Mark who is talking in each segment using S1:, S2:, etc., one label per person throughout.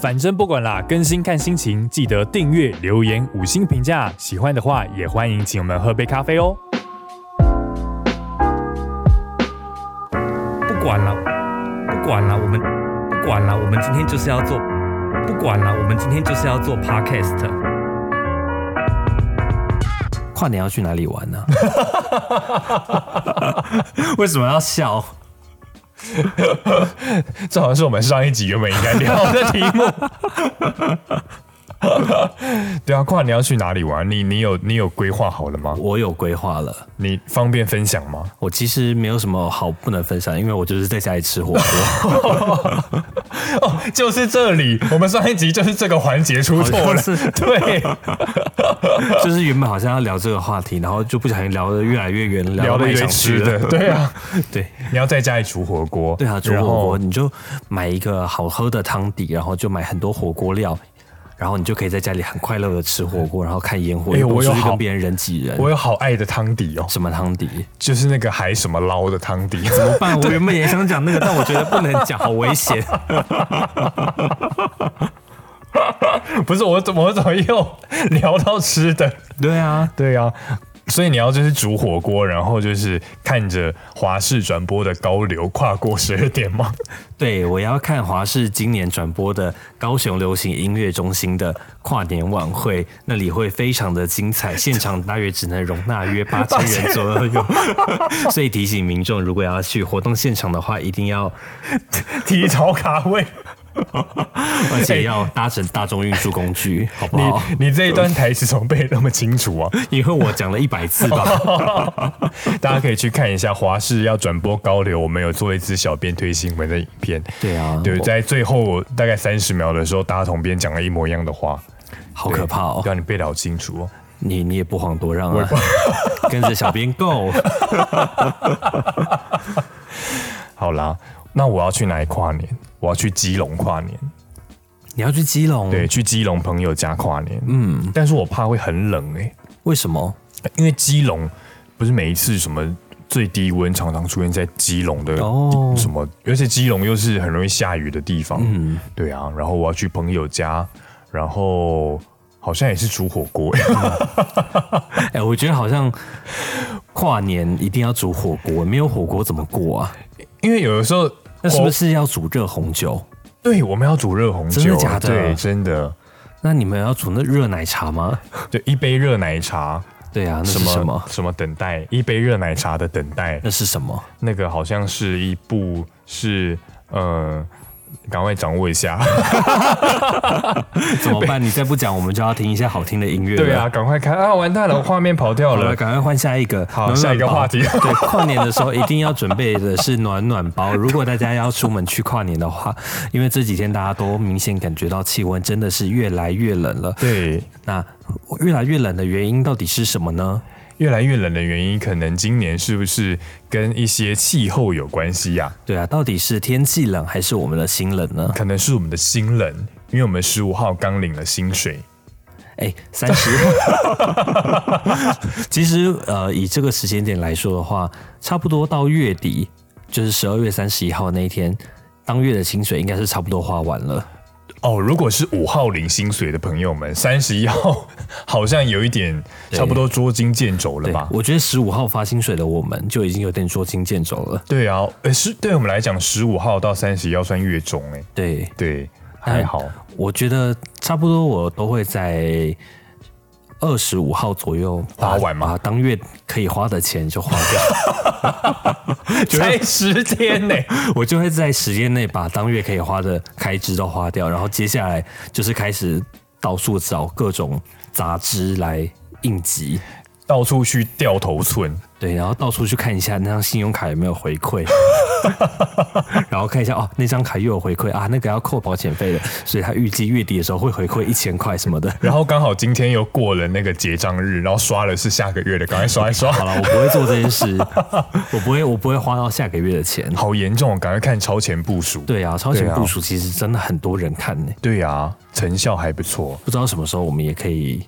S1: 反正不管啦，更新看心情，记得订阅、留言、五星评价。喜欢的话，也欢迎请我们喝杯咖 啡哦。
S2: 不管了，不管了，我们不管了，我们今天就是要做，不管了，我们今天就是要做 podcast。跨年要去哪里玩 呢、为什么要笑？
S1: 这好像是我们上一集原本应该聊的题 目。对啊，跨年要去哪里玩？你你有你有规划好了吗？
S2: 我有规划了，
S1: 你方便分享吗？
S2: 我其实没有什么好不能分享，因为我就是在家里吃火锅，
S1: 哦，就是这里，我们上一集就是这个环节出 错
S2: 好
S1: 了
S2: 像是。
S1: 对，
S2: 就是原本好像要聊这个话题，然后就不小心聊得越来越远，
S1: 聊
S2: 到
S1: 了一
S2: 麦
S1: 堆
S2: 想
S1: 吃
S2: 吃
S1: 的， 对啊，
S2: 对。
S1: 你要在家里煮火锅，
S2: 对啊，煮
S1: 然
S2: 火
S1: 后
S2: 锅你就买一个好喝的汤底，然后就买很多火锅料，然后你就可以在家里很快乐的吃火锅，然后看烟火，
S1: 哎
S2: 又不
S1: 我有
S2: 出去
S1: 好
S2: 跟别人人挤人。
S1: 我有好爱的汤底哦，
S2: 什么汤底？
S1: 就是那个海什么捞的汤底，
S2: 怎么办？我原本也想讲那个，但我觉得不能讲，好危险。
S1: 不是我怎么我怎么又聊到吃的？
S2: 对啊，
S1: 对啊，所以你要就是煮火锅，然后就是看着华视转播的高流跨过十二点吗？
S2: 对，我要看华视今年转播的高雄流行音乐中心的跨年晚会，那里会非常的精彩，现场大约只能容纳 约八千人左右， 所以提醒民众，如果要去活动现场的话，一定要
S1: 提早卡 位。
S2: 而且要搭乘大众运输工 具，好不好？
S1: 你你这一段台词怎么背得那么清楚啊？
S2: 因为我讲了一百次吧，
S1: 大家可以去看一下华视要转播高流，我们有做一支小编推新闻的影片。
S2: 对啊
S1: 对，
S2: 我
S1: 在最后大概三十秒的时候，大家同编讲了一模一样的话，
S2: 好可怕 哦！
S1: 让你背得好清楚哦。
S2: 你你也不遑多让啊，跟着小编 go。
S1: 好啦，那我要去哪里跨年？我要去基隆跨年，
S2: 嗯你要去基隆？
S1: 对，，去基隆朋友家跨年。嗯，但是我怕会很冷哎、
S2: 为什么？
S1: 因为基隆不是每一次什么最低温常常出现在基隆的
S2: 哦
S1: 什么，而且基隆又是很容易下雨的地方，嗯，对啊。然后我要去朋友家，然后好像也是煮火锅，
S2: 哎、我觉得好像跨年一定要煮火锅，没有火锅怎么过啊？
S1: 因为有的时候
S2: 那是不
S1: 火
S2: 是要煮热红酒？
S1: 对我们要煮热红酒？
S2: 真的假的
S1: 对，真的，
S2: 那你们要煮那热奶茶吗？
S1: 就一杯热奶茶。
S2: 对啊，那是什么？
S1: 什么等待？一杯热奶茶的等待，
S2: 那是什么？
S1: 那个好像是一部是呃，赶快掌握一 下。
S2: 怎么 办？你再不讲，我们就要听一下好听的音乐了。
S1: 对啊，赶快看啊！完蛋了，画面跑掉
S2: 好了，
S1: 了。
S2: 赶快换下一个。
S1: 好
S2: 暖暖
S1: 下一个
S2: 包
S1: 话题
S2: 对，跨年的时候一定要准备的是暖暖包。如果大家要出门去跨年的话，因为这几天大家都明显感觉到气温真的是越来越冷了。
S1: 对，
S2: 那越来越冷的原因到底是什么呢？
S1: 越来越冷的原因，可能今年是不是跟一些气候有关系呀、
S2: 对啊，到底是天气冷还是我们的心冷呢？
S1: 可能是我们的心冷，因为我们十五号刚领了薪水。
S2: 哎，三十。其实呃，以这个时间点来说的话，差不多到月底，就是十二月三十一号那一天，当月的薪水应该是差不多花完了。
S1: 哦，如果是五号领薪水的朋友们，三十一号 好像有一点差不多捉襟见肘了
S2: 对
S1: 吧？
S2: 我觉得十五号发薪水的我们就已经有点捉襟见肘了。
S1: 对啊，呃，是对我们来讲，十五号到三十要算月中哎、
S2: 对，
S1: 对，还好。
S2: 我觉得差不多，我都会在二十五号左右把
S1: 花完吗
S2: 把当月可以花的钱就花掉，
S1: 才十天呢、
S2: 我就会在时间内把当月可以花的开支都花掉，然后接下来就是开始到处找各种杂志来应急。
S1: 到处去掉头寸，
S2: 对，然后到处去看一下那张信用卡有没有回馈， 然后看一下哦，那张卡又有回馈啊，那个要扣保险费的，所以他预计月底的时候会回馈一千块什么的。
S1: 然后刚好今天又过了那个结账日，然后刷了是下个月的，赶快刷一刷。
S2: 好了，我不会做这件事，我不会，我不会花到下个月的钱。
S1: 好严重，哦赶快看超前部署。
S2: 对啊，超前
S1: 对啊
S2: 部署其实真的很多人看呢、
S1: 对啊，成效还不错，
S2: 不知道什么时候我们也可以。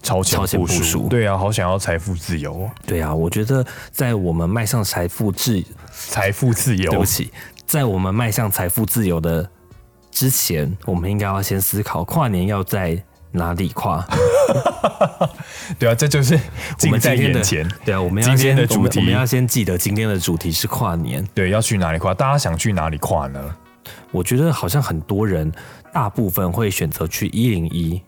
S1: 超前
S2: 超前
S1: 部
S2: 部署
S1: 对啊，好想要财富自由哦，
S2: 对啊，我觉得在我们迈向财富自，
S1: 财富自
S2: 对
S1: 由
S2: 不。起，在我们迈向财富自由的之前，我们应该要先思考跨年要在哪里跨。
S1: 对啊，这就是
S2: 我
S1: 近
S2: 们今
S1: 在
S2: 天的
S1: 眼前。
S2: 对啊，我们要
S1: 今天
S2: 先
S1: 的
S2: 我们
S1: 主题
S2: 我们要先记得今天的主题是跨年。
S1: 对，要去哪里跨？大家想去哪里跨呢？
S2: 我觉得好像很多人大部分会选择去一零一，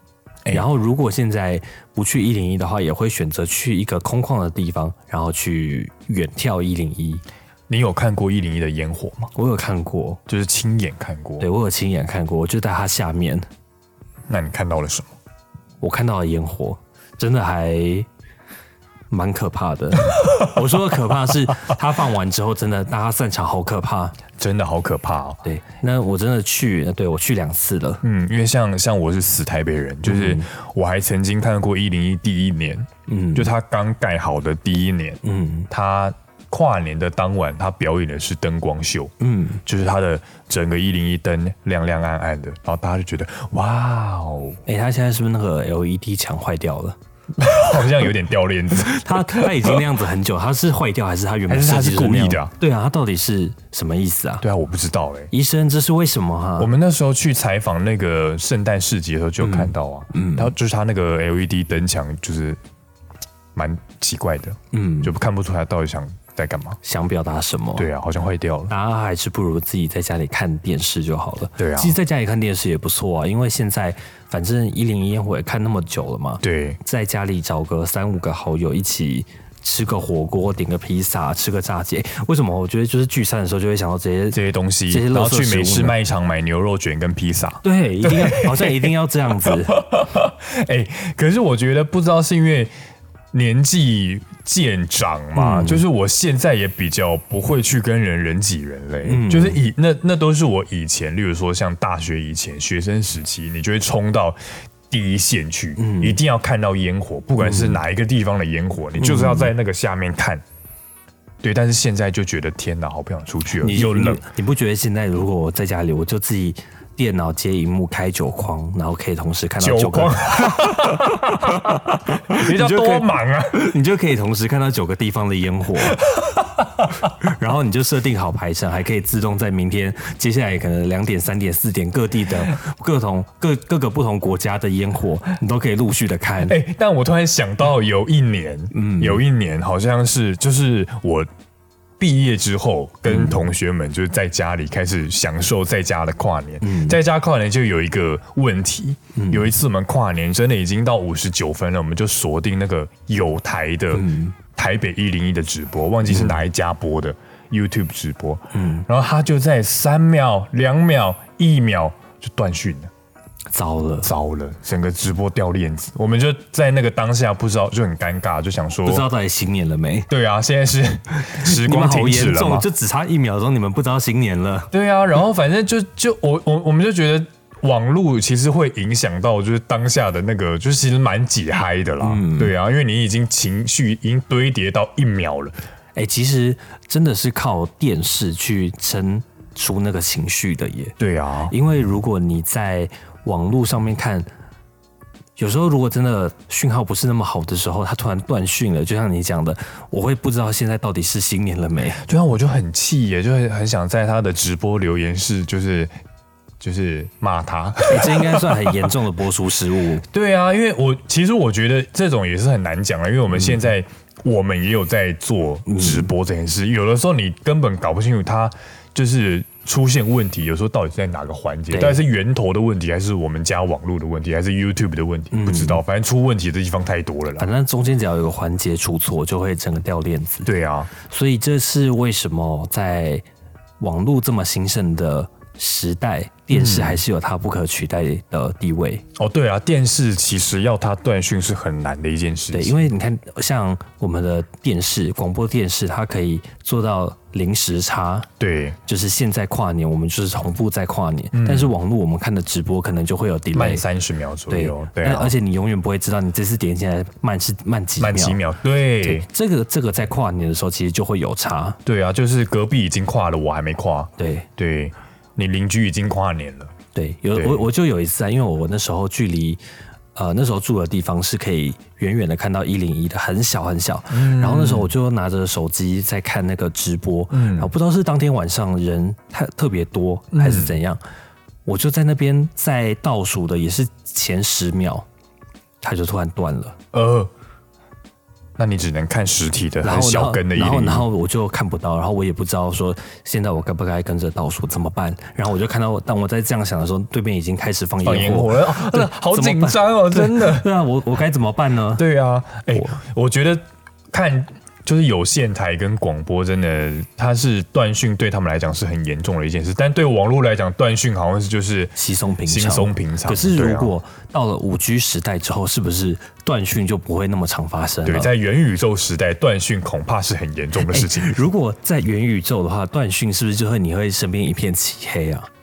S1: 哎
S2: 然后如果现在不去一零一的话，也会选择去一个空旷的地方，然后去远眺一零一。
S1: 你有看过一零一的烟火吗？
S2: 我有看过，
S1: 就是亲眼看过。
S2: 对我有亲眼看过，我就在它下面，
S1: 那你看到了什么？
S2: 我看到了烟火，真的还蛮可 怕的。我说的可怕是，它放完之后，真的大家散场好可怕。
S1: 真的好可怕哦。
S2: 对，那我真的去，对我去两次了。
S1: 嗯，因为像像我是死台北人，就是我还曾经看过一零一第一年，
S2: 嗯，
S1: 就他刚盖好的第一年，
S2: 嗯
S1: 他跨年的当晚，他表演的是灯光秀，
S2: 嗯，
S1: 就是他的整个一零一灯亮亮暗暗的，然后大家就觉得哇哦，
S2: 哎、它现在是不是那个 LED 墙坏掉了？
S1: 好像有点掉链 子。
S2: 它它已经那样子很久，它是坏掉还是它原本
S1: 还是它
S2: 设计
S1: 是
S2: 就那样
S1: 故意的啊
S2: 对啊，它到底是什么意思啊？
S1: 对啊，我不知道哎、
S2: 医生，这是为什么啊哈、
S1: 我们那时候去采访那个圣诞市集的时候就有看到啊，嗯，然后就是他那个 LED 灯墙就是蛮奇怪的，
S2: 嗯，哦
S1: 就看不出他到底想在干嘛。
S2: 想表达什么？。
S1: 对啊，好像坏掉了。
S2: 大家还是不如自己在家里看电视就好了。
S1: 对啊
S2: 其实在家里看电视也不错啊，因为现在反正一零一烟火也看那么久了嘛，
S1: 对，
S2: 在家里找个三五个好友一起吃个火锅，点个披萨，吃个炸鸡。诶为什么？我觉得就是聚餐的时候就会想到这些
S1: 这些东西，
S2: 这些垃圾
S1: 然后去美
S2: 食物
S1: 式
S2: 呢
S1: 卖场买牛肉卷跟披萨。
S2: 对，一定要好像一定要这 样子。
S1: 哎、可是我觉得不知道是因为年纪渐长
S2: 嗯
S1: 嘛，就是我现在也比较不会去跟人人挤人类，
S2: 嗯
S1: 就是以那那都是我以前，例如说像大学以前学生时期，你就会冲到。第一线去，
S2: 嗯
S1: 一定要看到烟火，不管是哪一个地方的烟火，你就是要在那个下面看。对，但是现在就觉得天哪，好不想出去了，
S2: 你
S1: 又冷
S2: 你，，你不觉得现在如果我在家里，我就自己电脑接荧幕开九框，然后可以同时看到九
S1: 酒
S2: 个
S1: 光， 你知道
S2: 你就可以
S1: 多忙啊！
S2: 你就可以同时看到九个地方的烟火， 然后你就设定好排程，还可以自动在明天接下来可能两点、三点、四点各地的各同各各个不同国家的烟火，你都可以陆续的看。
S1: 哎、但我突然想到，有一年，嗯，有一年好像是就是我毕业之后，跟同学们就是在家里开始享受在家的跨年。在家跨年就有一个问题，有一次我们跨年真的已经到五十九分了，我们就锁定那个有台的台北一零一的直播，忘记是哪一家播的、YouTube 直播，嗯，然后他就在三秒、两秒、一秒就断讯了。
S2: 糟了，
S1: 糟了，整个直播掉链子，我们就在那个当下不知道，就很尴尬，就想
S2: 不知
S1: 说，
S2: 道到底新年了没？
S1: 对啊，现在是时
S2: 你们
S1: 光
S2: 好
S1: 停止
S2: 严
S1: 了
S2: 重，
S1: 嘛，
S2: 就只差一秒钟，你们不知道新年了。
S1: 对啊，然后反正就就我我我们就觉得。网络其实会影响到，就是当下的那个，就是其实蛮解嗨的啦，
S2: 嗯
S1: 对啊，因为你已经情绪已经堆叠到一秒了，
S2: 哎、其实真的是靠电视去撑出那个情绪的耶。
S1: 对啊，
S2: 因为如果你在网络上面看，有时候如果真的讯号不是那么好的时候，它突然断讯了，就像你讲的，我会不知道现在到底是新年了没。
S1: 对啊，我就很气耶，就是很想在他的直播留言室，就是就是骂他，
S2: 诶这应该算很严重的播出失误。
S1: 对啊，因为我其实我觉得这种也是很难讲的，啊因为我们现
S2: 嗯
S1: 在、我们也有在做直播这件事，有的时候你根本搞不清楚它就是出现问题，有时候到底是在哪个环节，
S2: 对
S1: 到底是源头的问题，还是我们家网络的问题，还是 YouTube 的问题，不知
S2: 嗯
S1: 道，反正出问题的地方太多了啦。
S2: 反正中间只要有一个环节出错，就会整个掉链子。
S1: 对啊，
S2: 所以这是为什么在网络这么兴盛的时代，电视还是有它不可取代的地位。
S1: 哦对啊，电视其实要它断讯是很难的一件事
S2: 对，
S1: 情。
S2: 因为你看，像我们的电视、广播电视，它可以做到零时差，
S1: 对，
S2: 就是现在跨年，我们就是同步在跨年。但是网络我们看的直播可能就会有
S1: 慢
S2: delay，
S1: 三十秒左
S2: 对
S1: 右，，对
S2: 但
S1: 啊
S2: 而，且你永远不会知道你这次点起来慢是慢几秒。
S1: 慢几秒，对
S2: 对，这个这个在跨年的时候其实就会有差。
S1: 对啊，就是隔壁已经跨了，我还没跨。
S2: 对
S1: 对你邻居已经跨年了，
S2: 对，有
S1: 对
S2: 我我就有一次啊，因为我那时候距离。呃，那时候住的地方是可以远远的看到一零一的，很小很小。
S1: 嗯
S2: 然后那时候我就拿着手机在
S1: 嗯
S2: 看
S1: 嗯
S2: 那个直播，然后不知道是当天晚上人太特别多还是怎样，我就在那边在倒数的也是前十秒，它就突然断了，
S1: 呃，那你只能看实体的
S2: 然
S1: 很
S2: 后
S1: 小根的一
S2: 然后然后
S1: 零
S2: 然
S1: 一，
S2: 后我就看不到，然后我也不知道说现在我该不该跟着倒数怎么办，然后我就看到，当我在这样想的时候，对面已经开始放
S1: 放烟
S2: 烟
S1: 火
S2: 火，
S1: 了，哦 真的好
S2: 怎么
S1: 紧
S2: 办
S1: 张哦，真的。
S2: 对啊，我我该怎么办呢？
S1: 对啊，哎、我觉得看就是有线台跟广播真的，它是断讯对他们来讲是很严重的一件事，但对网络来讲，断讯好像是就是
S2: 稀松平常，
S1: 轻松平常。
S2: 可是
S1: 对啊
S2: 如果到了五 G 时代之后，是不是断讯就不会那么常发生
S1: 对
S2: 了？
S1: 在元宇宙时代，断讯恐怕是很严重的事情。
S2: 哎如果在元宇宙的话，断讯是不是就会你会身边一片漆黑啊？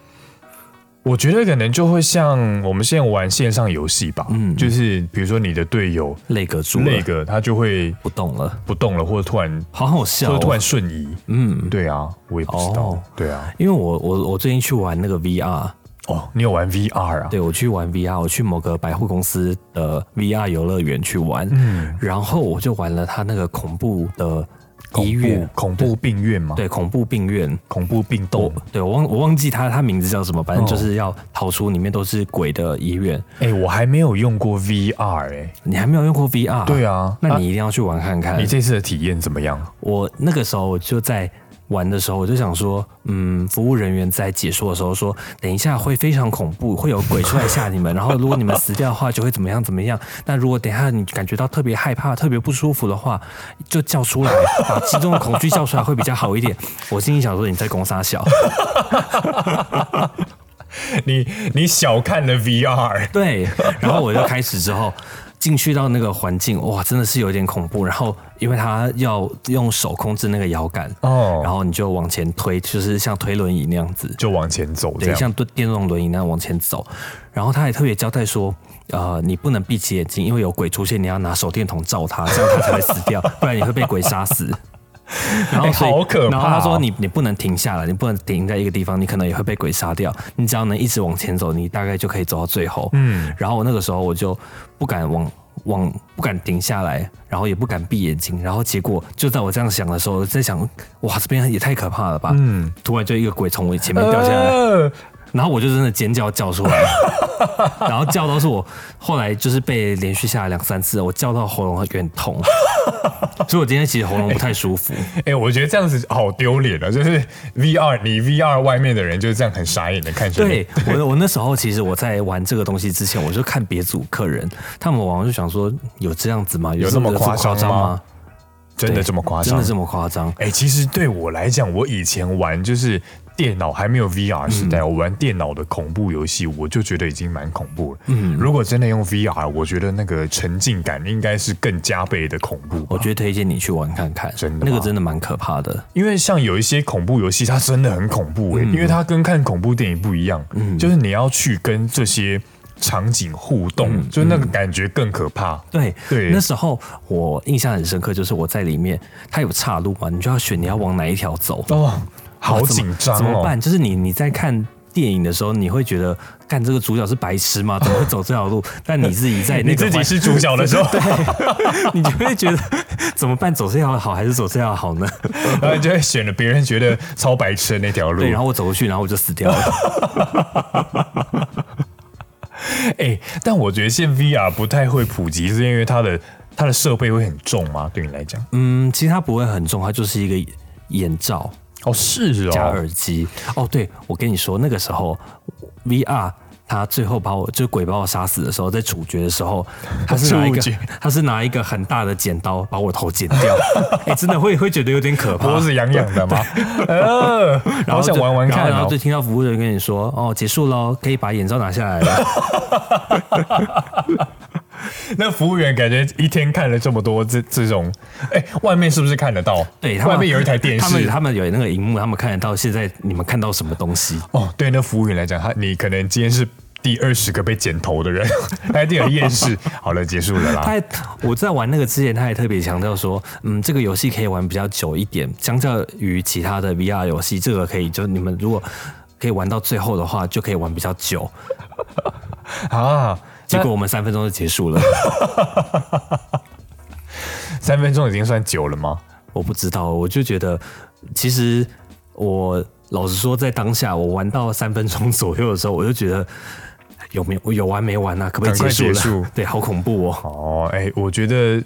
S1: 我觉得可能就会像我们现在玩线上游戏吧，嗯，就是比如说你的队友
S2: 泪隔住了，
S1: 那个他就会
S2: 不动了，
S1: 不动了，或者突然
S2: 好好
S1: 或
S2: 笑、
S1: 者突
S2: 哦
S1: 然。瞬移，
S2: 嗯，
S1: 对啊，我也不知道，
S2: 哦
S1: 对啊，
S2: 因为我我我最近去玩那个 VR，
S1: 哦，你有玩 VR 啊？
S2: 对我去玩 VR，我去某个百货公司的 VR 游乐园去玩，
S1: 嗯，
S2: 然后我就玩了他那个恐怖的医
S1: 恐怖
S2: 院，
S1: 恐怖病院吗？
S2: 对恐怖病院。
S1: 恐怖病
S2: 我
S1: 动。
S2: 对我忘我忘记他他名字叫什么，反正
S1: 哦
S2: 就是要逃出里面都是鬼的医院。
S1: 哎、我还没有用过 VR 哎、
S2: 你还没有用过 VR？
S1: 对啊
S2: 啊那你一定要去玩看看。
S1: 你这次的体验怎么样？
S2: 我那个时候我就在玩的时候，我就想说，嗯，服务人员在解说的时候说，等一下会非常恐怖，会有鬼出来吓你们，然后如果你们死掉的话，就会怎么样怎么样。那如果等一下你感觉到特别害怕、特别不舒服的话，就叫出来，把其中的恐惧叫出来会比较好一点。我心里想说，你在攻杀小，
S1: 你你小看了 VR，
S2: 对，然后我就开始之后。进去到那个环境，哇，真的是有点恐怖。然后，因为他要用手控制那个摇杆，
S1: 哦
S2: 然后你就往前推，就是像推轮椅那样子，
S1: 就往前走这
S2: 对，
S1: 样。
S2: 像电电动轮椅那样往前走。然后他还特别交代说，呃，你不能闭起眼睛，因为有鬼出现，你要拿手电筒照他，这样他才会死掉，不然你会被鬼杀死。 然后
S1: 哎
S2: 所以、
S1: 好可怕哦
S2: 然后他说你你不能停下来，你不能停在一个地方，你可能也会被鬼杀掉。你只要能一直往前走，你大概就可以走到最后。嗯，然后那个时候我就不敢往往不敢停下来，然后也不敢闭眼睛，然后结果就在我这样想的时候，我在想哇这边也太可怕了吧。嗯，突然就一个鬼从我前面掉下来，
S1: 呃
S2: 然后我就真的尖叫叫出来， 然后叫到是我后来就是被连续下来两三次，我叫到喉咙有点痛，所以我今天其实喉咙不太 舒服。
S1: 哎、我觉得这样子好丢脸啊！就是 VR，你 VR 外面的人就是这样很傻眼的看着你
S2: 对。我，我那时候其实我在玩这个东西之前，我就看别组客人，他们网上就想说有这样子吗？有
S1: 这么
S2: 有
S1: 夸张
S2: 张
S1: 吗
S2: 吗？
S1: 真的
S2: 对
S1: 这么夸
S2: 真
S1: 张
S2: 的？这么夸张？
S1: 哎、其实对我来讲，我以前玩就是电脑还没有 VR 时
S2: 嗯
S1: 代，我玩电脑的恐怖游戏，我就觉得已经蛮恐怖了。嗯，如果真的用 VR，我觉得那个沉浸感应该是更加倍的恐怖吧。
S2: 我觉得推荐你去玩看看，
S1: 真的吗
S2: 那个真的蛮可怕的。
S1: 因为像有一些恐怖游戏，它真的很恐怖诶、欸
S2: 嗯
S1: 因为它跟看恐怖电影不一样，就是你要去跟这些场景互动，
S2: 嗯
S1: 就是那个感觉更可怕。
S2: 对
S1: 对
S2: 那时候我印象很深刻，就是我在里面，它有岔路嘛，你就要选你要往哪一条走。
S1: 哦，好
S2: 哇怎
S1: 紧
S2: 么
S1: 张
S2: 怎么
S1: 哦！
S2: 办？就是你你在看电影的时候，你会觉得干这个主角是白 痴吗？怎么会走这条路？但你自己在那
S1: 你
S2: 个
S1: 自己
S2: 环
S1: 是主角的时 候，
S2: 你就会觉得怎么办？走这条好还是走这条好呢？
S1: 然后你就会选了别人觉得超白痴的那条路
S2: 对，。然后我走过去，然后我就死掉 了。
S1: 哎，但我觉得现在 VR 不太会普及，是因为它的它的设备会很重吗？对你来讲？
S2: 嗯，其实它不会很重，它就是一个眼罩
S1: 哦，是
S2: 加
S1: 哦，
S2: 耳机。哦，对，我跟你说，那个时候 VR。他最后把我，就是鬼把我杀死的时候，在处决的时候，他是拿一个
S1: 处决，
S2: 他是拿一个很大的剪刀把我头剪 掉。哎、真的会会觉得有点可怕，
S1: 脖子痒痒的 吗？ 呃，好想
S2: 就
S1: 玩玩
S2: 然后
S1: 看
S2: 然后
S1: 哦
S2: 就。听到服务人员跟你说：“哦，结束喽，可以把眼罩拿下来 了。
S1: 那服务员感觉一天看了这么多这这种，哎、外面是不是看得到？
S2: 对，他们
S1: 外面有一台电
S2: 他们
S1: 视。
S2: 他们有那个荧幕，他们看得到现在你们看到什么东西。
S1: 哦，对，那服务员来讲，他你可能今天是第二十个被剪头的人， 还第二厌世。好了，结束了
S2: 他
S1: 啦。
S2: 还我在玩那个之前，他还特别强调说，嗯，这个游戏可以玩比较久一点，相较于其他的 VR 游戏，这个可以就你们如果可以玩到最后的话，就可以玩比较久。
S1: 啊，
S2: 结果我们三分钟就结束了，
S1: 三分钟已经算久了吗？
S2: 我不知道，我就觉得其实我老实说，在当下我玩到三分钟左右的时候，我就觉得有没有有完没完啊？可不可以
S1: 赶快
S2: 结束了？
S1: 结束
S2: 对，好恐怖哦！
S1: 哦，哎、我觉得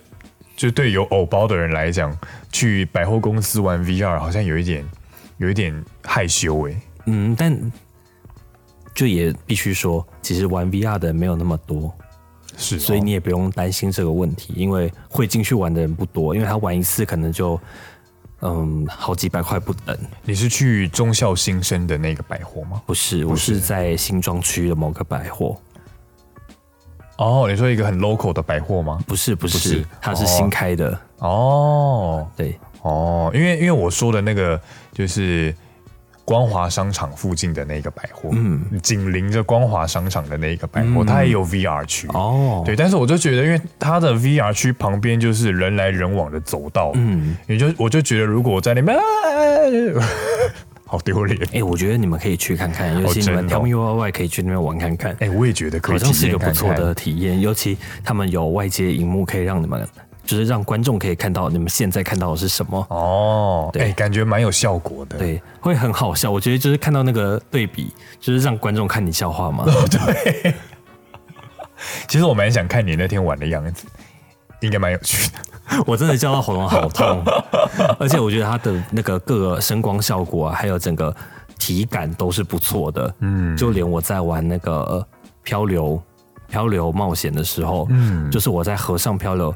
S1: 就对有偶包的人来讲，去百货公司玩 VR 好像有一点有一点害羞哎、
S2: 嗯，但就也必须说，其实玩 VR 的人没有那么多，
S1: 是、哦
S2: 所以你也不用担心这个问题，因为会进去玩的人不多，因为他玩一次可能就嗯好几百块不等。
S1: 你是去中校新生的那个百货吗？
S2: 不是，我是在新庄区的某个百货，
S1: 哦，你说一个很 local 的百货吗？
S2: 不是不是，
S1: 是
S2: 它是
S1: 哦
S2: 新开的，
S1: 哦
S2: 对，
S1: 哦，因为因为我说的那个就是光华商场附近的那个百货，嗯，紧邻着光华商场的那个百货，它也有 VR 区
S2: 哦，
S1: 对，但是我就觉得，因为它的 VR 区旁边就是人来人往的走道，嗯，也就我就觉得，如果我在那边， 啊好丢脸。
S2: 哎、我觉得你们可以去看看，尤其你
S1: 真
S2: 们
S1: 的哦
S2: Tell Me Why Why 可以去那边玩看看，
S1: 哎、我也觉得可
S2: 好
S1: 以
S2: 像是
S1: 体验
S2: 一个不
S1: 看
S2: 错
S1: 看。
S2: 的体验。尤其他们有外接荧幕，可以让你们就是让观众可以看到你们现在看到的是什么，
S1: 哦，哎、感觉蛮有效果的。
S2: 对，会很好笑。我觉得就是看到那个对比，就是让观众看你笑话嘛。
S1: 其实我蛮想看你那天玩的样子，应该蛮有趣的。
S2: 我真的叫到喉咙好痛， 而且我觉得它的那个各个声光效果啊，还有整个体感都是不错的。嗯，就连我在玩那个呃漂流漂流冒险的时候，嗯，就是我在河上漂流，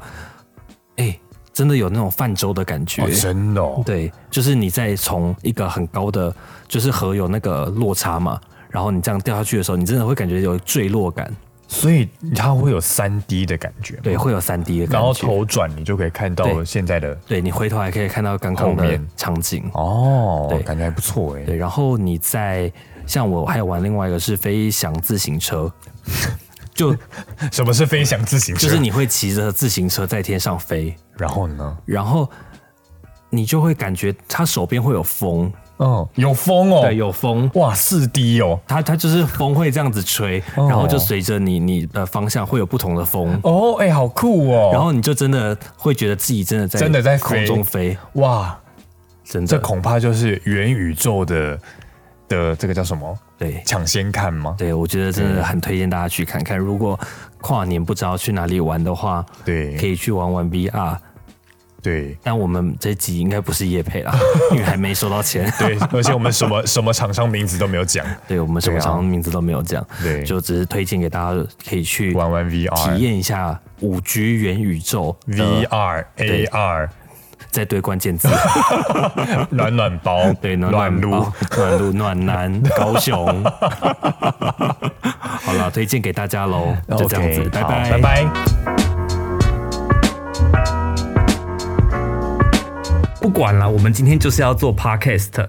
S2: 哎、真的有那种泛舟的感觉。
S1: 哦，真的、哦，
S2: 对，就是你在从一个很高的，就是河有那个落差嘛，然后你这样掉下去的时候，你真的会感觉有坠落感，
S1: 所以它会有三 D 的感觉，
S2: 对，会有三 D 的感觉。
S1: 哦然后头转你就可以看到
S2: 对
S1: 现在的
S2: 对你回头还可以看到刚刚
S1: 后
S2: 的
S1: 面
S2: 场景。
S1: 哦
S2: 对，
S1: 感觉还不错哎、
S2: 对，然后你在像我还有玩另外一个是飞翔自行车， 就
S1: 什么是飞啊翔自行车？
S2: 就是，你会骑着自行车在天上飞，
S1: 然后呢？
S2: 然后你就会感觉它手边会有风，
S1: 嗯，有风哦，
S2: 对，有风。
S1: 哇，四 D 哦，
S2: 它它就是风会这样子吹，然后就随着你你的方向会有不同的风，
S1: 哦，哎、好酷哦！
S2: 然后你就真的会觉得自己真的在
S1: 真的在
S2: 空
S1: 飞
S2: 中飞，
S1: 哇，
S2: 真
S1: 这
S2: 的
S1: 恐怕就是元宇宙的的这个叫什么
S2: 对
S1: 抢先看吗？
S2: 对，我觉得真的很推荐大家去看看。如果跨年不知道去哪里玩的话，
S1: 对
S2: 可以去玩玩 VR。
S1: 对
S2: 但我们这集应该不是叶 配啦，因为还没收到钱。
S1: 对，而且我们什 么什么厂商名字都没有讲，
S2: 对，我们什么
S1: 对啊
S2: 厂商名字都没有讲，
S1: 对啊
S2: 就只是推荐给大家可以去
S1: 玩玩
S2: 体
S1: VR、
S2: 验一下五 G 元宇宙的
S1: VR、
S2: 对
S1: AR、
S2: 再对关 键字，
S1: 暖暖包、
S2: 对暖暖
S1: 炉
S2: 包、暖炉、暖男、高雄。好了，推荐给大家喽，就这样子，
S1: OK，
S2: 拜
S1: 好
S2: 拜，
S1: 拜。拜。
S3: 不管了，我们今天就是要做 podcast。